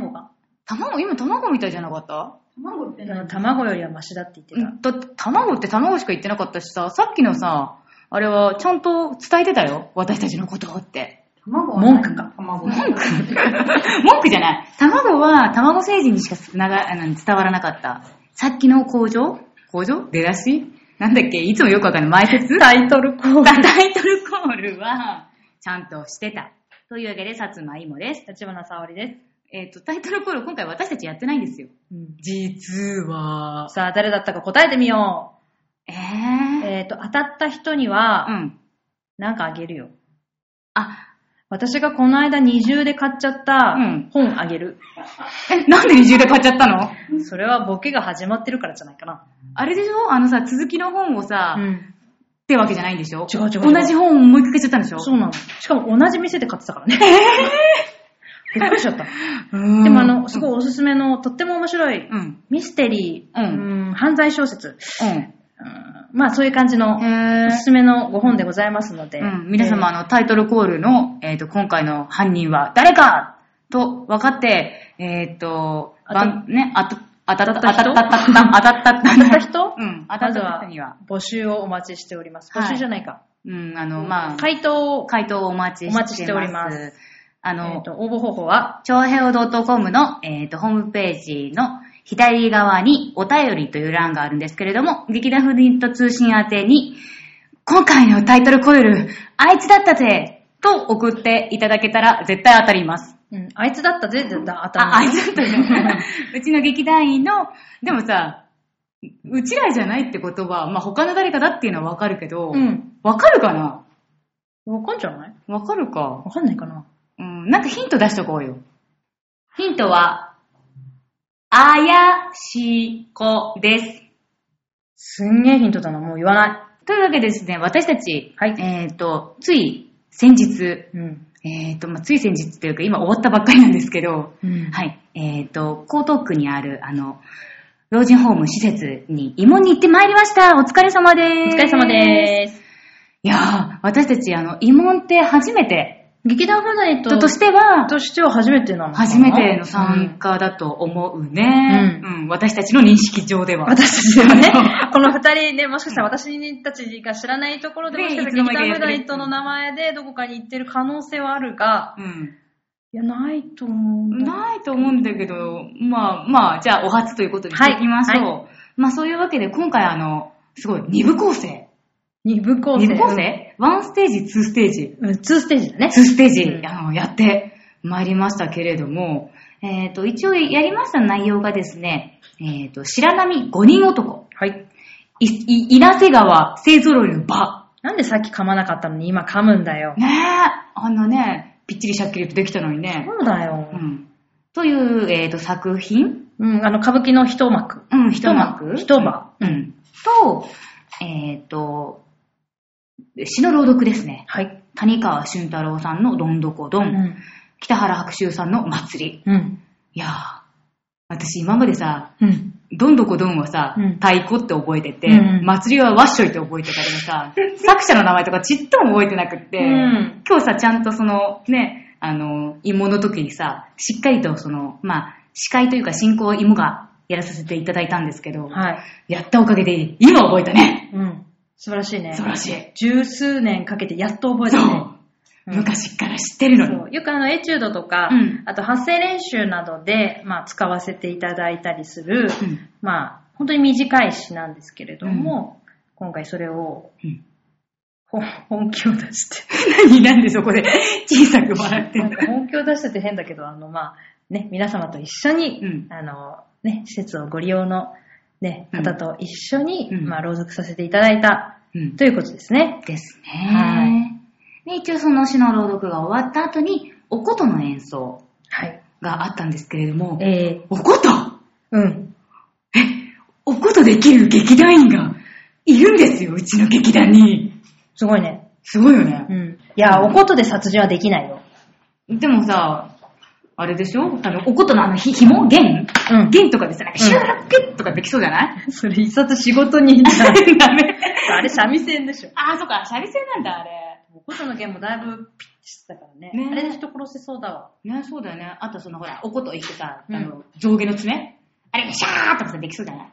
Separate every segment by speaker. Speaker 1: 卵、今卵みたいじゃなかった
Speaker 2: 卵って
Speaker 3: うん卵よりはマシだって言ってた。
Speaker 1: だって卵って卵しか言ってなかったしさ、さっきのさ、あれはちゃんと伝えてたよ。私たちのことをって。
Speaker 2: 卵
Speaker 3: 文句か。
Speaker 2: 卵。
Speaker 1: 文句 文句じゃない。卵は卵星人にしかながあの伝わらなかった。さっきの工場工場出だしなんだっけいつもよくわかんない。前説
Speaker 3: タイトルコール。
Speaker 1: タイトルコールは、ちゃんとしてた。というわけで、さつまいもです。
Speaker 3: 立花沙織です。
Speaker 1: えっ、と、タイトルコール今回私たちやってないんですよ。
Speaker 3: うん
Speaker 1: 実は。
Speaker 3: さあ、誰だったか答えてみよ
Speaker 1: え
Speaker 3: う。
Speaker 1: ー、
Speaker 3: えっ、と、当たった人に
Speaker 1: う
Speaker 3: は、
Speaker 1: ん。
Speaker 3: なんかあげるよ。
Speaker 1: あ、
Speaker 3: 私がこの間二重で買っちゃった
Speaker 1: うん
Speaker 3: 本あげる。
Speaker 1: え、なんで二重で買っちゃったの
Speaker 3: それはボケが始まってるからじゃないかな。
Speaker 1: あれでしょあのさ、続きの本をさ、っ
Speaker 3: ん。
Speaker 1: てわけじゃないんでしょ
Speaker 3: 違う違う違う
Speaker 1: 同じ本をもう一回買っちゃったんでしょ
Speaker 3: そうなの。しかも同じ店で買ってたからね。 びっくりしちゃった。
Speaker 1: うん
Speaker 3: でもあの、すごいおすすめの、とっても面白い、
Speaker 1: うん。
Speaker 3: ミステリー、
Speaker 1: うん
Speaker 3: うん犯罪小説、
Speaker 1: うん。
Speaker 3: うんまあそういう感じの、
Speaker 1: へ
Speaker 3: おすすめのご本でございますので、
Speaker 1: うん、皆様、
Speaker 3: え
Speaker 1: あの、タイトルコールの、えっ、と、今回の犯人は誰かと分かって、えっ、と、
Speaker 3: あ
Speaker 1: ばんね、あと、当たった、当
Speaker 3: 当た
Speaker 1: た
Speaker 3: っ
Speaker 1: ったた、
Speaker 3: 人
Speaker 1: 当たった、当たった、当
Speaker 3: ー当たった人
Speaker 1: うん、当た
Speaker 3: ま
Speaker 1: っ
Speaker 3: ず
Speaker 1: た
Speaker 3: は
Speaker 1: 人には、
Speaker 3: 募集をお待ちしております。
Speaker 1: はい
Speaker 3: 募集じゃないか。
Speaker 1: うん、あの、まあ、
Speaker 3: 回答を、
Speaker 1: 回答をお待ちしてます。
Speaker 3: お待ちしております
Speaker 1: あ
Speaker 3: え
Speaker 1: の、
Speaker 3: ーと応募方法は、
Speaker 1: 長平を .com の、えー、とホームページの左側にお便りという欄があるんですけれども、劇団フリント通信宛てに、今回のタイトルコイル、あいつだったぜと送っていただけたら絶対当たります。
Speaker 3: うん、あいつだったぜ、だだ当た
Speaker 1: あ、あい
Speaker 3: る
Speaker 1: つだったぜ。 うちの劇団員の、でもさ、うちらじゃないってことは、まあ、他の誰かだっていうのはわかるけど、わ、
Speaker 3: うん
Speaker 1: かるかな
Speaker 3: わかんじゃない
Speaker 1: わかるか。
Speaker 3: わかんないかな。
Speaker 1: うん、なんかヒント出しとこうよ。ヒントは、怪しい子です。
Speaker 3: すんげえヒントだな、もう言わな
Speaker 1: というわけでですね、私たち、
Speaker 3: はい
Speaker 1: えっ、と、つい先日、
Speaker 3: い。うん。
Speaker 1: えっ、と、まあ、つい先日というか今終わったばっかりなんですけど、
Speaker 3: うん
Speaker 1: はい、えっ、と、江東区にある、あの、老人ホーム施設に慰問に行ってまいりました。お疲れ様で
Speaker 3: お
Speaker 1: ー
Speaker 3: 疲
Speaker 1: す。
Speaker 3: れ様でーす。
Speaker 1: いやー、私たち、あの、慰問って初めて、
Speaker 3: 劇団フライ
Speaker 1: 人
Speaker 3: と
Speaker 1: としては、
Speaker 3: としては初めてなのかな
Speaker 1: 初めての参加だと思うね。
Speaker 3: う
Speaker 1: うん。私たちの認識上では。
Speaker 3: 私たちはね、 この二人ね、もしかしたら私たちが知らないところで、
Speaker 1: ね
Speaker 3: もしかし
Speaker 1: い
Speaker 3: たら
Speaker 1: つの間
Speaker 3: 劇
Speaker 1: に
Speaker 3: 団
Speaker 1: か
Speaker 3: フライトの名前でどこかに行ってる可能性はあるが、
Speaker 1: うん。
Speaker 3: いや、ないと思う。
Speaker 1: ないと思うんだけど、まあまあ、じゃあお初ということにしていきましょう。
Speaker 3: はい
Speaker 1: まあそういうわけで今回あの、すごい二部構成。
Speaker 3: 二部構成。
Speaker 1: 二部構成ワンステージ、ツーステージ、
Speaker 3: うん、ツーステージだね。
Speaker 1: ツーステージ、
Speaker 3: うん
Speaker 1: あの、やってまいりましたけれども、えっ、と、一応やりました内容がですね、えっ、と、白波五人男、
Speaker 3: はい。
Speaker 1: い、い、稲瀬川勢揃いの場、
Speaker 3: なんでさっき噛まなかったのに今噛むんだよ。
Speaker 1: ねえ、あんなね、ぴっちりしゃっきりとできたのにね。
Speaker 3: そうだよ
Speaker 1: う。ん。という、えっ、と、作品
Speaker 3: うん、あの、歌舞伎の一幕。
Speaker 1: うん、一幕
Speaker 3: 一幕。
Speaker 1: うん。と、えっ、と、詩の朗読ですね。
Speaker 3: はい。
Speaker 1: 谷川俊太郎さんのどんどこどん、
Speaker 3: うん。
Speaker 1: 北原白秋さんの祭り。
Speaker 3: うん。
Speaker 1: いやー、私今までさ、
Speaker 3: うん。
Speaker 1: どんどこどんはさ、
Speaker 3: うん
Speaker 1: 太鼓って覚えてて、
Speaker 3: うん
Speaker 1: 祭りはわっしょいって覚えてたけど さ、作者の名前とかちっとも覚えてなくって、
Speaker 3: うん
Speaker 1: 今日さ、ちゃんとそのね、あの、芋の時にさ、しっかりとその、まあ、司会というか進行を芋がやらさせていただいたんですけど、
Speaker 3: はい。
Speaker 1: やったおかげで今覚えたね。
Speaker 3: うん。素晴らしいね
Speaker 1: 素。晴らしい。
Speaker 3: 十数年かけてやっと覚え
Speaker 1: そ
Speaker 3: た
Speaker 1: う
Speaker 3: ね。。うん
Speaker 1: 昔から知ってるのに。
Speaker 3: そうよくあのエチュードとか、
Speaker 1: うん
Speaker 3: あと発声練習などで、まあ、使わせていただいたりする、
Speaker 1: うん
Speaker 3: まあ、本当に短い詩なんですけれども、今回それを
Speaker 1: うん
Speaker 3: ほ本 気を出して、
Speaker 1: 何なんでそこで小さく笑って
Speaker 3: なんん
Speaker 1: だ。
Speaker 3: か本気を出してって変だけど、あの、まあ、ね、皆様と一緒に、
Speaker 1: うん
Speaker 3: あの、ね、施設をご利用の、ね、
Speaker 1: うん
Speaker 3: 方と一緒に、
Speaker 1: うん
Speaker 3: まあ、朗読させていただいた
Speaker 1: うん
Speaker 3: ということですね。
Speaker 1: ですね。
Speaker 3: は
Speaker 1: で一応その詩の朗読が終わった後に、お琴の演奏
Speaker 3: はい。
Speaker 1: があったんですけれども、
Speaker 3: えー、
Speaker 1: お琴
Speaker 3: うん。
Speaker 1: おことできる劇団員がいるんですよ、うちの劇団に。
Speaker 3: すごいね。
Speaker 1: すごいよね
Speaker 3: う。ん。いや、おことで殺人はできないよ。
Speaker 1: でもさ、あれでしょあの、おことのあの、ひ、紐弦
Speaker 3: うん
Speaker 1: 弦とかでさ、なんか、
Speaker 3: うん
Speaker 1: シューピュッとかできそうじゃ ない、
Speaker 3: それ一冊仕事に
Speaker 1: ダメ。
Speaker 3: あれ三味線でしょ。
Speaker 1: あー、そっか、シャリ線なんだ、あれ。
Speaker 3: ことの弦もだいぶピッチしてたからね。
Speaker 1: ね
Speaker 3: あれで人殺せそうだわ。
Speaker 1: ね、そうだよね。あとそのほら、おこと言ってさ、
Speaker 3: うん
Speaker 1: あの、上下の爪あれ、シャーってさ、できそうじゃ ない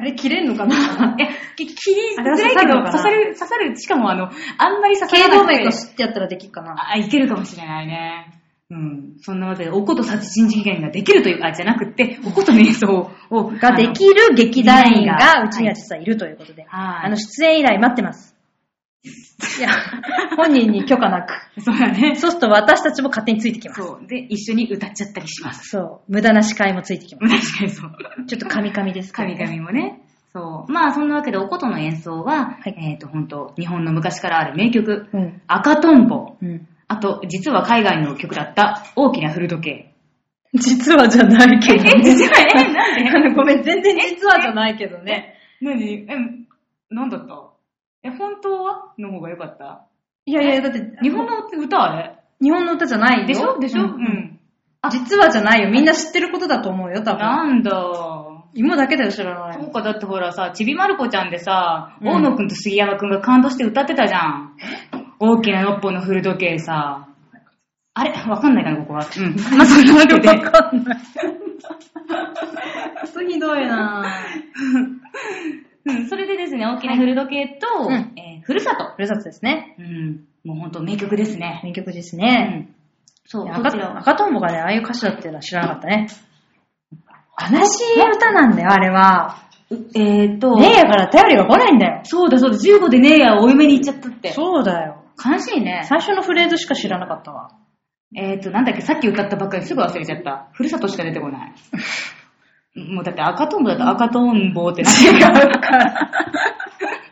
Speaker 3: あれ切れんのか な
Speaker 1: いや、き、切りづ
Speaker 3: あれは
Speaker 1: らい
Speaker 3: 刺
Speaker 1: け
Speaker 3: さる
Speaker 1: ど、
Speaker 3: のかな
Speaker 1: 刺さる、刺さる、しかもあの、あんまり刺さ
Speaker 3: 頸
Speaker 1: ら
Speaker 3: 動
Speaker 1: なく
Speaker 3: 脈を
Speaker 1: て、
Speaker 3: 吸ってやったらできるかな。
Speaker 1: あ、いけるかもしれないね。うん。そんなわけで、おこと殺人事件ができるという、あ、じゃなくて、おこと瞑想を、
Speaker 3: ができる劇団員がうちには実はいるということで、
Speaker 1: はい
Speaker 3: あの、出演依頼待ってます。いや、本人に許可なく。
Speaker 1: あのそうだね。
Speaker 3: そうすると私たちも勝手についてきます。
Speaker 1: そう。で、一緒に歌っちゃったりします。
Speaker 3: そう。無駄な司会もついてきま
Speaker 1: 確かにそう。
Speaker 3: す。ちょっとカミカミですけど
Speaker 1: 神
Speaker 3: ね
Speaker 1: 々もね。そう。まあ、そんなわけで、おことの演奏は、
Speaker 3: はい
Speaker 1: えっと、本当日本の昔からある名曲、
Speaker 3: うん。
Speaker 1: 赤とんぼ。
Speaker 3: うん。
Speaker 1: あと、実は海外の曲だった、大きな古時計。
Speaker 3: 実はじゃないけどね。
Speaker 1: え実はえなんで
Speaker 3: あのごめん、全然実はじゃないけどね。
Speaker 1: 何え、なんだったえ、本当はの方が良かった。
Speaker 3: いやいや、だって、
Speaker 1: 日本の歌あれ
Speaker 3: 日本の歌じゃないよ。
Speaker 1: でしょでしょう。
Speaker 3: うんん。実はじゃないよ。みんな知ってることだと思うよ、多分。
Speaker 1: なんだ。
Speaker 3: 今だけだよ、知らない
Speaker 1: そ
Speaker 3: の。
Speaker 1: うか、だってほらさ、ちびまる子ちゃんでさ、
Speaker 3: うん
Speaker 1: 大野くんと杉山くんが感動して歌ってたじゃん。大きな六本の古時計さ。あれわかんないかな、ここは。うん。まあ、 そんなわけで。
Speaker 3: かんない。ほんとひどいな ぁ。
Speaker 1: うん、それでですね、大きな古時計と、
Speaker 3: うん
Speaker 1: えーふるさと。
Speaker 3: ふるさとですね。
Speaker 1: うん。もうほんと名曲ですね。
Speaker 3: 名曲です
Speaker 1: う
Speaker 3: ね。
Speaker 1: ん。そう、
Speaker 3: いや
Speaker 1: こちら
Speaker 3: 赤
Speaker 1: は。
Speaker 3: 赤とんぼがね、ああいう歌詞だっていうのは知らなかったね。悲しい歌なんだよ、あれは。
Speaker 1: うえーっと、
Speaker 3: ねえやから頼りが来ないんだよ。
Speaker 1: そうだそうだ、15でねえや、お嫁に行っちゃったって。
Speaker 3: そうだよ。
Speaker 1: 悲しいね。
Speaker 3: 最初のフレーズしか知らなかったわ。
Speaker 1: えーっと、なんだっけ、さっき歌ったばっかりすぐ忘れちゃった。ふるさとしか出てこない。もうだって赤とんぼだと赤とんぼってな
Speaker 3: 違う
Speaker 1: っ
Speaker 3: か
Speaker 1: て
Speaker 3: ら。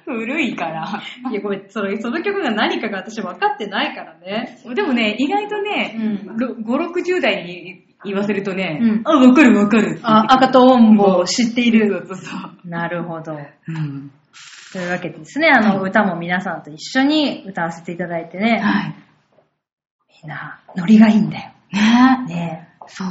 Speaker 1: 古いから。
Speaker 3: いや、ごめん、その、その曲が何かが私分かってないからね。
Speaker 1: でもね、意外と
Speaker 3: う
Speaker 1: ね、
Speaker 3: ん。
Speaker 1: ろ5、60代に言わせるとね、
Speaker 3: うん
Speaker 1: あ、わかるわかる。
Speaker 3: あ、赤とんぼを知っている。
Speaker 1: そうそう。
Speaker 3: なるほど。
Speaker 1: うん。
Speaker 3: というわけでですね、あの、歌も皆さんと一緒に歌わせていただいてね、
Speaker 1: はい。
Speaker 3: みんな、ノリがいいんだよ。
Speaker 1: ね
Speaker 3: ね
Speaker 1: そう。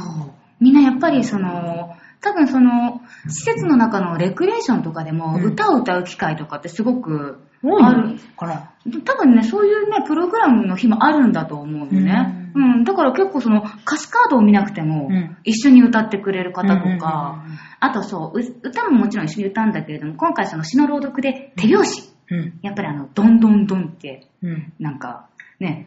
Speaker 1: みんなやっぱりその、多分その、施設の中のレクリエーションとかでも、
Speaker 3: うん
Speaker 1: 歌を歌う機会とかってすごく、
Speaker 3: 多い
Speaker 1: あ
Speaker 3: の
Speaker 1: る
Speaker 3: かな。
Speaker 1: 多分ね、そういうね、プログラムの日もあるんだと思うのね。う、
Speaker 3: うん
Speaker 1: だから結構その、歌詞カードを見なくても、
Speaker 3: うん
Speaker 1: 一緒に歌ってくれる方とか、
Speaker 3: うんうんうんうん
Speaker 1: あとそうう、歌ももちろん一緒に歌うんだけれども、今回その詩の朗読で手拍子。
Speaker 3: うん。
Speaker 1: やっぱりあの、どんどんどんって、
Speaker 3: うん。
Speaker 1: なんか、ね、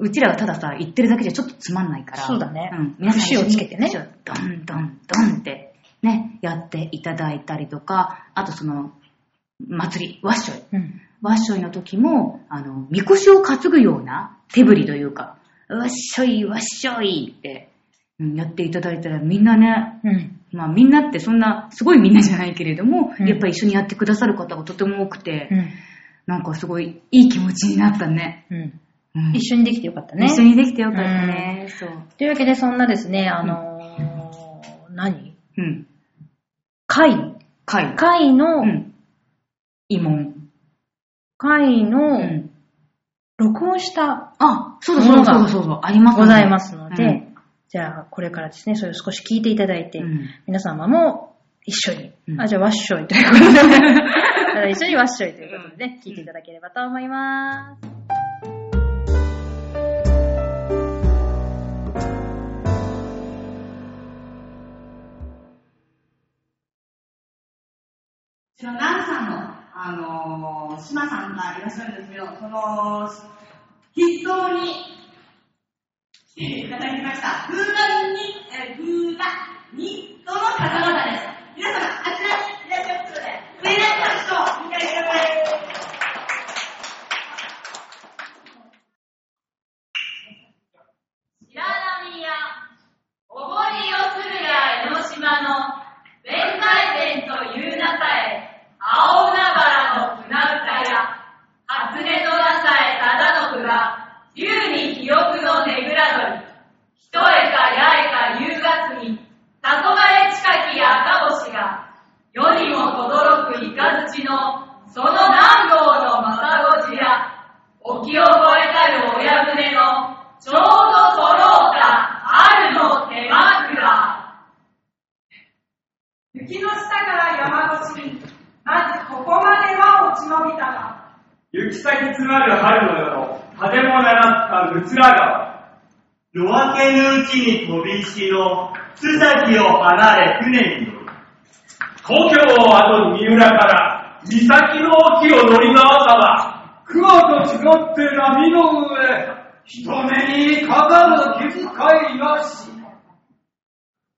Speaker 1: うちらはたださ、言ってるだけじゃちょっとつまんないから。
Speaker 3: そうだね
Speaker 1: うん。皆さん一緒に
Speaker 3: 節をつけてね
Speaker 1: 節をどんどんどんって、ね、やっていただいたりとか、あとその、祭り、ワッショイ。
Speaker 3: うん。
Speaker 1: ワッショイの時も、あの、みこしを担ぐような手振りというか、ワッショイ、ワッショイって、うんやっていただいたらみんなね、
Speaker 3: うん。
Speaker 1: まあみんなってそんな、すごいみんなじゃないけれども、
Speaker 3: うん
Speaker 1: やっぱり一緒にやってくださる方がとても多くて、
Speaker 3: うん。
Speaker 1: なんかすごいいい気持ちになったね。
Speaker 3: うん。
Speaker 1: うん
Speaker 3: 一緒にできてよかったね。
Speaker 1: 一緒にできてよかったね。そう。
Speaker 3: というわけで、そんなですね、あのー、何
Speaker 1: うん。
Speaker 3: 会
Speaker 1: 貝。
Speaker 3: 会の、
Speaker 1: うん。慰問。
Speaker 3: 会
Speaker 1: う
Speaker 3: の、
Speaker 1: ん。
Speaker 3: 録音した
Speaker 1: あ、そうだそうだそうだそうだ。ありますね
Speaker 3: ございますので、
Speaker 1: うん
Speaker 3: じゃあこれからですね、それを少し聞いていただいて、
Speaker 1: うん
Speaker 3: 皆様も一緒に、
Speaker 1: うん
Speaker 3: あ、じゃあワッショイということで、ただ一緒にワッショイということでね、聞いていただければと思います。
Speaker 2: うちのナンさんの、あのー、島さんがいらっしゃるんですけど、その、筆頭に、えーいただきました、グーラに、えー、グーラニットの方々です。皆様、あちら、いらっしゃいますので、上田さんと、見てください。
Speaker 4: 白波やおごりをするや江ノ島の弁財天という名さえ青海原の船歌や初音の名さえ忠信が竜に記憶のねぐらどりひとえかやえか夕月にたそがれ近き赤星が世にも轟く雷のその南郷のまたごじや沖を越えたる親船のちょうど揃うた春の手枕
Speaker 5: 雪の下から山越しに、まずここまでは落ち延びたが、
Speaker 6: 行き先つまる春の夜の風もならったむつら
Speaker 7: 夜明けのうちに飛び石の、津崎を離れ船に乗る。
Speaker 6: 川。故郷をあの三浦から、岬の沖を乗り回さば、雲と違って波の上、人目にかかる気遣いなし。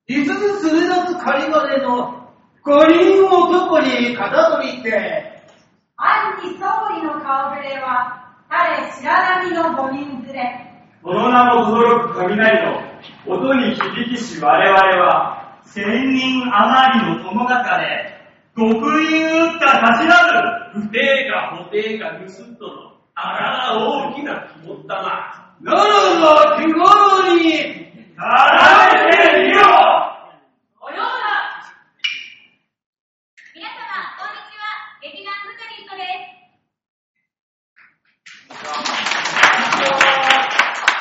Speaker 8: 五つするだつ狩り金の五輪男に肩取りって、
Speaker 5: 暗に総理の顔ぶれは、彼白波の五人連れ。
Speaker 6: その名の轟く雷の音に響きし我々は、
Speaker 7: 千人余りの友中で、極意打った立ちなる。
Speaker 6: 不定か補定か盗っとの、あら大きな肝ったな。
Speaker 8: ならば手頃に、
Speaker 6: あらめてみよ
Speaker 4: おようだ皆様、こんにちは。劇団フタリットです。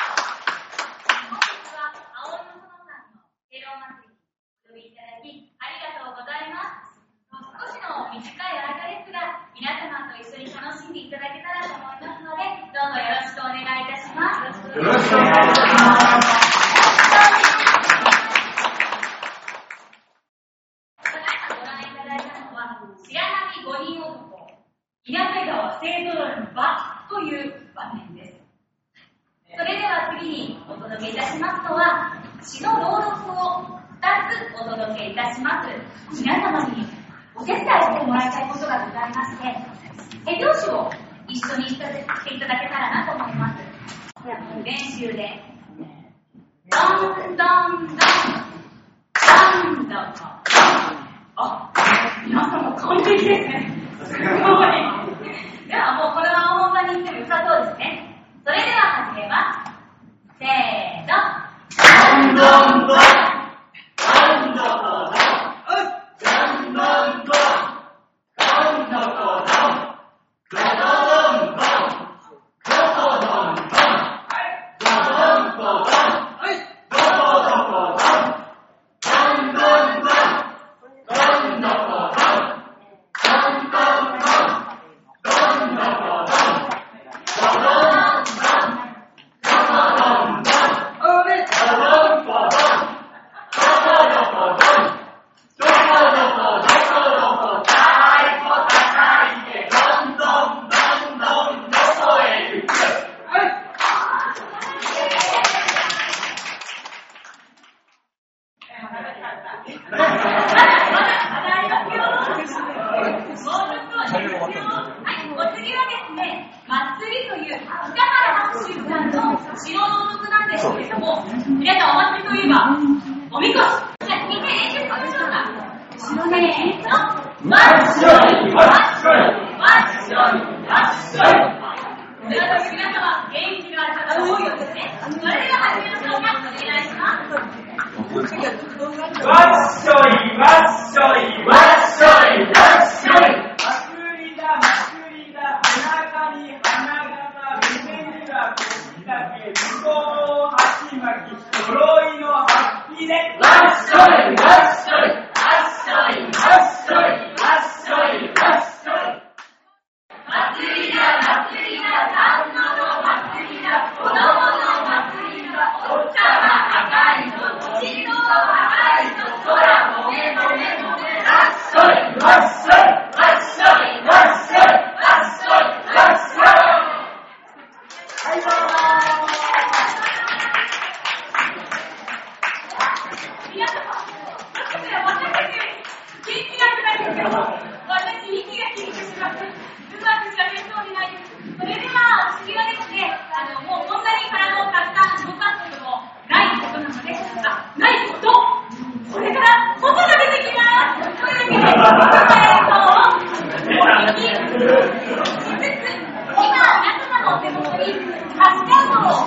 Speaker 4: 本日は、葵の園さんの敬老祭りにお呼びいただき、ありがとうございます。少しの短い間ですが、皆様と一緒に楽しんでいただけたらと思いますので、どうぞよろしくお願いいたします。
Speaker 6: よろしくお願いします。
Speaker 4: ただいまご覧いただいたのは、白波五人男、稲瀬川清浄の場という場面です。それでは次にお届けいたしますのは、詩の朗読を2つお届けいたします。皆様にお手伝いしてもらいたいことがございまして、手拍子を一緒にしていただけたらなと思います。では練習で、どんどんどん、どんどんこ。あ、皆さんも完璧ですね。すごい。ではもうこのまま本番に行っても良さそうですね。それでは始めます。せーの。
Speaker 7: どんどんどん。どんどこどん。どんどんどん。どんどこどん。どどんどん。
Speaker 4: はい、お次はですね、祭りという北原白秋さんの城の音なんですけれども、皆さんお祭りといえば、おみこし。じゃあ、みんな練習しましょうか。白ねえの、わっしょい、わっしょい、わっしょい、わっしょい。では皆様、元気のある方が多いようですね。それでは始めましょうか。お願いします。
Speaker 6: わっしょい、わっしょい、わっしょい、わっしょい。
Speaker 5: 祭りだ、祭りだ、花神、花形、夢には腰だけ、向こうの鉢巻き、呪いの発揮で。
Speaker 4: 皆様、私は私より元気がくないんですけど、私、息が切れてしまって、うまくしゃべれそうにないです。それでは、次はですね、あの、もうこんなに体をたくさん動かすこともないことなので、あ、ないことこれから、外が出てきますというわけで、今回の演奏を、今、皆様のお手元に、ハッシュタグを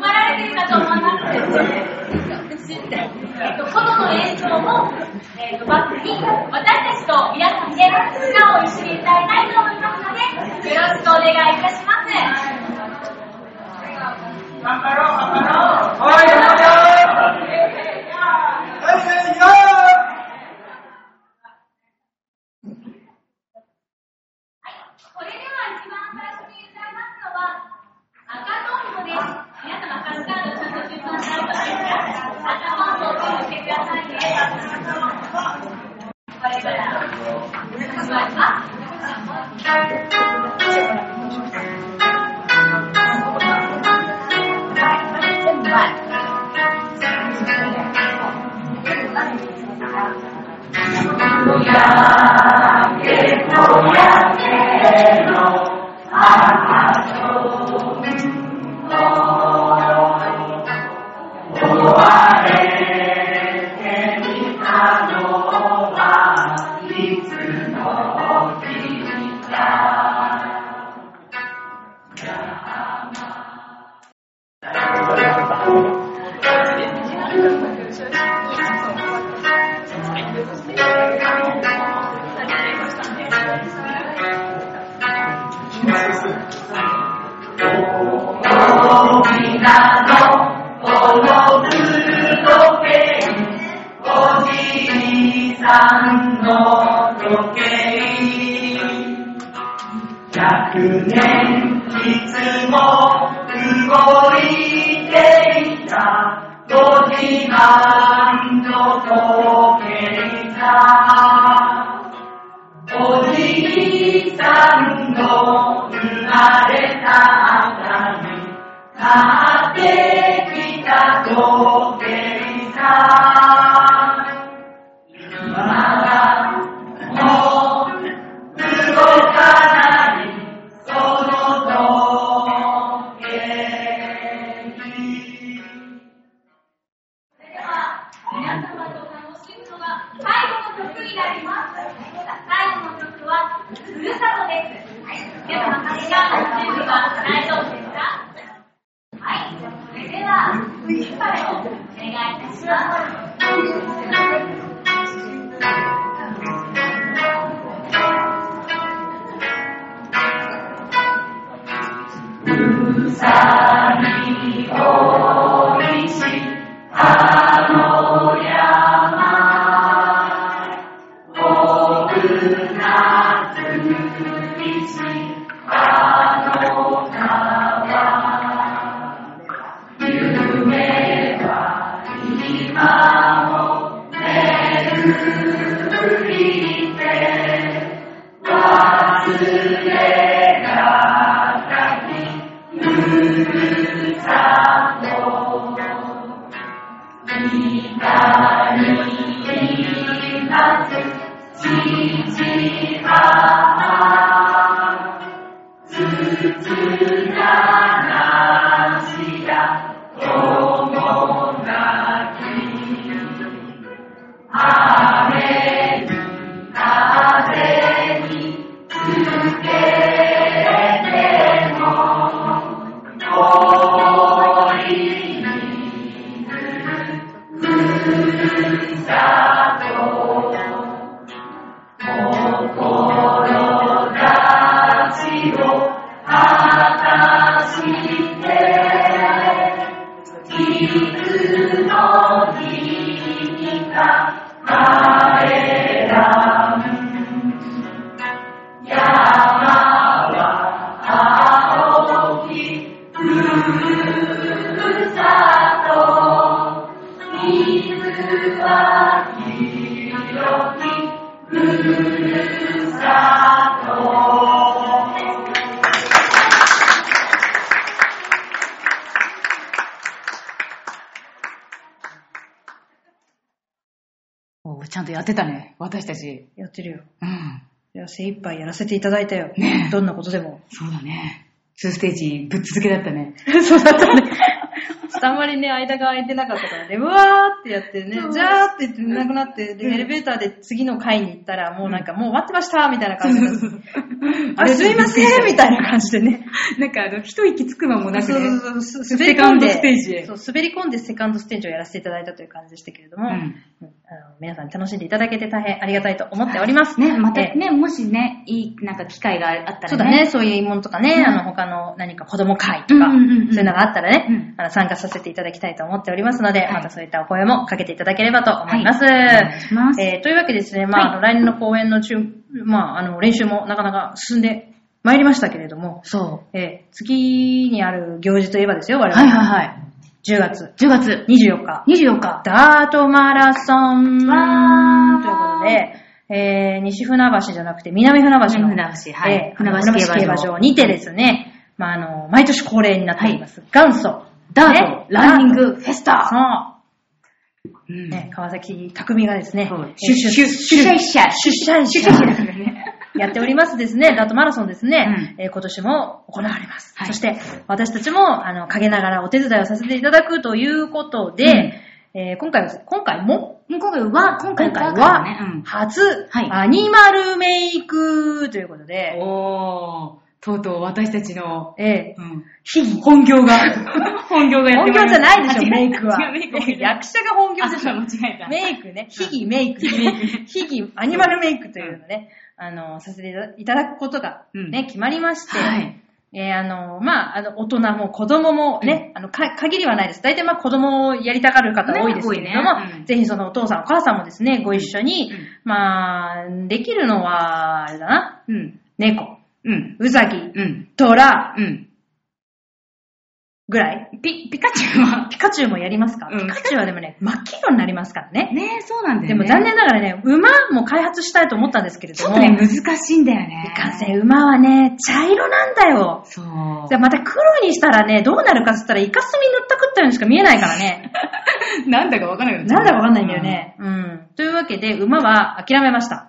Speaker 4: 配られていたと思います。えっと、この演奏を、えっと、バックに、私たちと皆さんで、歌を一緒に歌いたいと思いますので、よろしくお願いいたします。
Speaker 5: 頑張ろう、頑張ろう。
Speaker 4: はい、それでは一番最初に歌いますのは、赤座ります。皆様と楽しむのが最後の曲になります。最後の曲は、ふるさとです。では、私が楽しむは大丈夫ですかはい、それでは、一杯をお願いいたします。
Speaker 1: おちゃんとやってたね、私たち。
Speaker 3: やってるよ。
Speaker 1: うん。
Speaker 3: いや、精一杯やらせていただいたよ。
Speaker 1: ねえ
Speaker 3: どんなことでも。
Speaker 1: そうだね。2ステージぶっ続けだったね。
Speaker 3: そうだったね。ちょっとあんまりね、間が空いてなかった からね、うわーってやってね、じゃーって言って寝なくなって、で、エレベーターで次の階に行ったら、もうなんか、もう待ってましたみたいな感じで。 あ、すいませんみたいな感じでね。
Speaker 1: なんかあの、一息つく間もなく
Speaker 3: そ
Speaker 1: ね。
Speaker 3: うそうそう、す
Speaker 1: セ
Speaker 3: 滑り
Speaker 1: カ
Speaker 3: 込
Speaker 1: ン
Speaker 3: ん
Speaker 1: ド
Speaker 3: で、
Speaker 1: ステージへ
Speaker 3: そう、滑り込んでセカンドステージをやらせていただいたという感じでしたけれども、
Speaker 1: うん
Speaker 3: うんあの皆さん楽しんでいただけて大変ありがたいと思っております。
Speaker 1: ね、また
Speaker 3: えー
Speaker 1: ね、もしね、いい、なんか機会があったらね。
Speaker 3: そうだね、そういうものとかね、
Speaker 1: うん
Speaker 3: あの、他の何か子供会とか、
Speaker 1: うんうんうんうん
Speaker 3: そういうのがあったらね、
Speaker 1: うん
Speaker 3: あの参加させていただきたいと思っておりますので、
Speaker 1: はい
Speaker 3: またそういったお声もかけていただければと思います。
Speaker 1: はいお願いします
Speaker 3: えーというわけでですね、まあ、あの、来年の公演の中、まあ、あの、練習もなかなか進んでまいりましたけれども、
Speaker 1: そ
Speaker 3: えー次にある行事といえばですよ、我
Speaker 1: う。
Speaker 3: 々。
Speaker 1: はいはいはい。
Speaker 3: 10月
Speaker 1: 10月
Speaker 3: 24日、
Speaker 1: 24日。
Speaker 3: ダートマラソン
Speaker 1: わー
Speaker 3: ということで、えー、西船橋じゃなくて南船橋の、
Speaker 1: 南船橋はい
Speaker 3: えー
Speaker 1: 船橋
Speaker 3: 船橋
Speaker 1: 競
Speaker 3: 競
Speaker 1: 馬
Speaker 3: 馬
Speaker 1: 場
Speaker 3: 場にてですね、まあ、あの、毎年恒例になっています。元祖。
Speaker 1: ダート、
Speaker 3: ね
Speaker 1: ランニングフェス
Speaker 3: ダート
Speaker 1: タ。う
Speaker 3: そう、
Speaker 1: ん
Speaker 3: ね、川崎匠がですね、
Speaker 1: 出社
Speaker 3: 出
Speaker 1: 主催者。
Speaker 3: 主催
Speaker 1: 主
Speaker 3: 者
Speaker 1: 催者ですよね。
Speaker 3: やっておりますですね、ダートマラソンですね、えー今年も行われます。
Speaker 1: はい
Speaker 3: そして、私たちも、あの、陰ながらお手伝いをさせていただくということで、えー今回は、今回も、
Speaker 1: もう今回は、今回
Speaker 3: 今
Speaker 1: は
Speaker 3: 回
Speaker 1: から
Speaker 3: は
Speaker 1: ね。うん、
Speaker 3: 初、
Speaker 1: はい
Speaker 3: アニマルメイクということで、
Speaker 1: おー、とうとう私たちの、
Speaker 3: えー
Speaker 1: うん、本業が、 本業がやってまいり
Speaker 3: 本業
Speaker 1: ました
Speaker 3: じゃないでしょ、
Speaker 1: 違う
Speaker 3: メイクは
Speaker 1: 違う、。メイクは。
Speaker 3: 役者が本業
Speaker 1: あ
Speaker 3: でし
Speaker 1: そう
Speaker 3: ょ
Speaker 1: だ。間違えた。
Speaker 3: メイクね、ひぎメイク、 ひぎアニマルメイクというのね、あの、させていただいただくことが、
Speaker 1: うん
Speaker 3: ね、決まりまして、
Speaker 1: はい。
Speaker 3: えーあの、まあ、あの、大人も子供もね、あの、か、限りはないです。大体まあ、子供をやりたがる方多いですけれど
Speaker 1: ね
Speaker 3: も、
Speaker 1: 多いねうん
Speaker 3: ぜひそのお父さんお母さんもですね、ご一緒に、
Speaker 1: うん
Speaker 3: まあ、できるのは、あれだな、
Speaker 1: うん。
Speaker 3: 猫、
Speaker 1: うん。
Speaker 3: うさぎ、
Speaker 1: うん。
Speaker 3: トラ
Speaker 1: うん。
Speaker 3: ぐらい。
Speaker 1: ピ、ピカチュウは。
Speaker 3: ピカチュウもやりますか、
Speaker 1: うん
Speaker 3: ピカチュウはで もね、真っ黄色になりますからね。
Speaker 1: ねえ、そうなんだよね。
Speaker 3: でも残念ながらね、馬も開発したいと思ったんですけれ
Speaker 1: ちょ
Speaker 3: ど
Speaker 1: っ
Speaker 3: も、
Speaker 1: とね、難しいんだよね。
Speaker 3: いかんせん馬はね、茶色なんだよ。
Speaker 1: そう。
Speaker 3: じゃあまた黒にしたらね、どうなるかっつったら、イカスミ塗ったくったようにしか見えないからね。
Speaker 1: なんだかわからない
Speaker 3: なんだかわかんないんだよ。ね。うん。というわけで、馬は諦めました。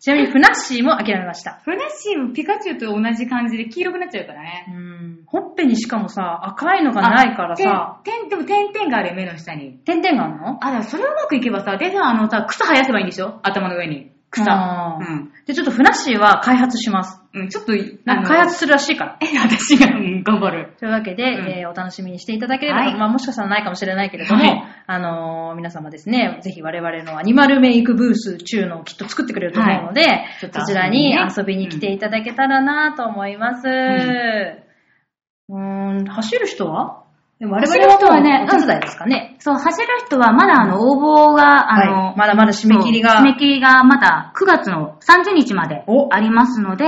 Speaker 3: ちなみに、フナッシーも諦めました。
Speaker 1: フナッシーもピカチュウと同じ感じで黄色くなっちゃうからね
Speaker 3: う。ん。ほっぺにしかもさ、赤いのがないからさ、
Speaker 1: あ。点、点でも点々があるよ、目の下に。
Speaker 3: 点々があるの
Speaker 1: あ、だからそれうまくいけばさ、でさ、あのさ、草生やせばいいんでしょ頭の上に。草。
Speaker 3: あ
Speaker 1: う
Speaker 3: ー
Speaker 1: ん。
Speaker 3: で、ちょっとフナッシーは開発します。
Speaker 1: うん、ちょっと、あ
Speaker 3: なん
Speaker 1: の
Speaker 3: か開発するらしいから。
Speaker 1: え、 私が、うん、頑張る。
Speaker 3: というわけで、
Speaker 1: ん
Speaker 3: えーお楽しみにしていただければ、
Speaker 1: はい
Speaker 3: まあもしかしたらないかもしれないけれども、
Speaker 1: はい
Speaker 3: あのー皆様ですね、ぜひ我々のアニマルメイクブース中のをきっと作ってくれると思うので、
Speaker 1: ちょっと
Speaker 3: そちらに
Speaker 1: 遊
Speaker 3: 遊
Speaker 1: び
Speaker 3: び
Speaker 1: にね
Speaker 3: に来ていただけたらなと思います。うーん、走る人はでも我々は
Speaker 1: 走る人はね
Speaker 3: もうお手伝いですかね。
Speaker 1: そう、走る人はまだあの、応募が、あの、
Speaker 3: はいまだまだ締め切りが。
Speaker 1: そう締め切りがまだ9月の30日まで
Speaker 3: お
Speaker 1: ありますので、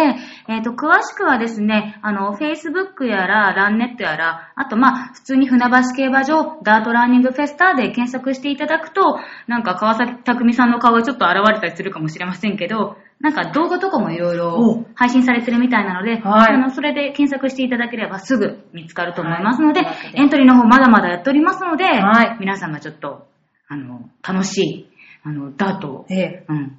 Speaker 1: えっ、と、詳しくはですね、あの、Facebook やら、ランネットやら、あと、まあ、普通に船橋競馬場、ダートランニングフェスタで検索していただくと、なんか川崎匠さんの顔がちょっと現れたりするかもしれませんけど、なんか動画とかもいろいろ
Speaker 3: お
Speaker 1: 配信されてるみたいなので、
Speaker 3: はい
Speaker 1: あのそれで検索していただければすぐ見つかると思いますので、
Speaker 3: はい
Speaker 1: エントリーの方まだまだやっておりますので、
Speaker 3: はい
Speaker 1: 皆様ちょっと、あの、楽しい、あの、ダートを、
Speaker 3: ええ
Speaker 1: うん、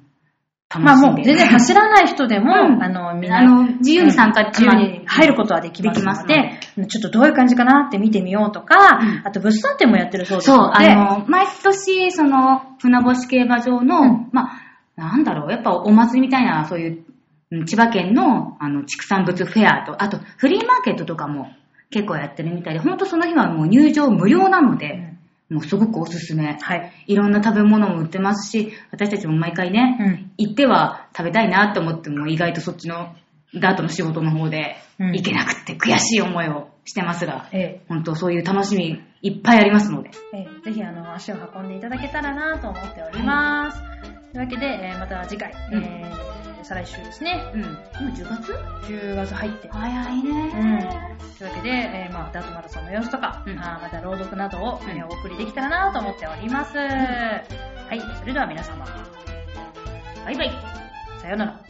Speaker 3: まあ
Speaker 1: 楽しん
Speaker 3: も
Speaker 1: で。
Speaker 3: う全然走らない人でも、
Speaker 1: うん
Speaker 3: あの、みん
Speaker 1: あ
Speaker 3: な
Speaker 1: の、自由に参加、
Speaker 3: 自由に入ることはできますので、
Speaker 1: で
Speaker 3: ちょっとどういう感じかなって見てみようとか、
Speaker 1: うん
Speaker 3: あと物産展もやってるそうです
Speaker 1: そう、
Speaker 3: の
Speaker 1: あ
Speaker 3: で、
Speaker 1: の、毎年、その、船越競馬場の、
Speaker 3: うん
Speaker 1: まあ、なんだろう、やっぱお祭りみたいな、そういう、うん千葉県の、あの、畜産物フェアと、あと、フリーマーケットとかも結構やってるみたいで、ほんとその日はもう入場無料なので、もうすごくおすすめ。
Speaker 3: はい。
Speaker 1: いろんな食べ物も売ってますし、私たちも毎回ね、
Speaker 3: うん
Speaker 1: 行っては食べたいなって思っても、意外とそっちのダートの仕事の方で
Speaker 3: うん
Speaker 1: 行けなくって悔しい思いをしてますが、
Speaker 3: え
Speaker 1: 本当そういう楽しみいっぱいありますので。
Speaker 3: えええぜひあの足を運んでいただけたらなと思っております。というわけで、えーまた次回、
Speaker 1: うん
Speaker 3: えー再来週ですね、
Speaker 1: うん。もう10月
Speaker 3: 10月入って。
Speaker 1: 早い
Speaker 3: うん
Speaker 1: ね。
Speaker 3: というわけで、えーまあ、ダートマラソンの様子とか、
Speaker 1: うん
Speaker 3: あーまた朗読などを、
Speaker 1: うん
Speaker 3: えーお送りできたらなと思っております。はい、それでは皆様、
Speaker 1: バイバイ。
Speaker 3: さようなら。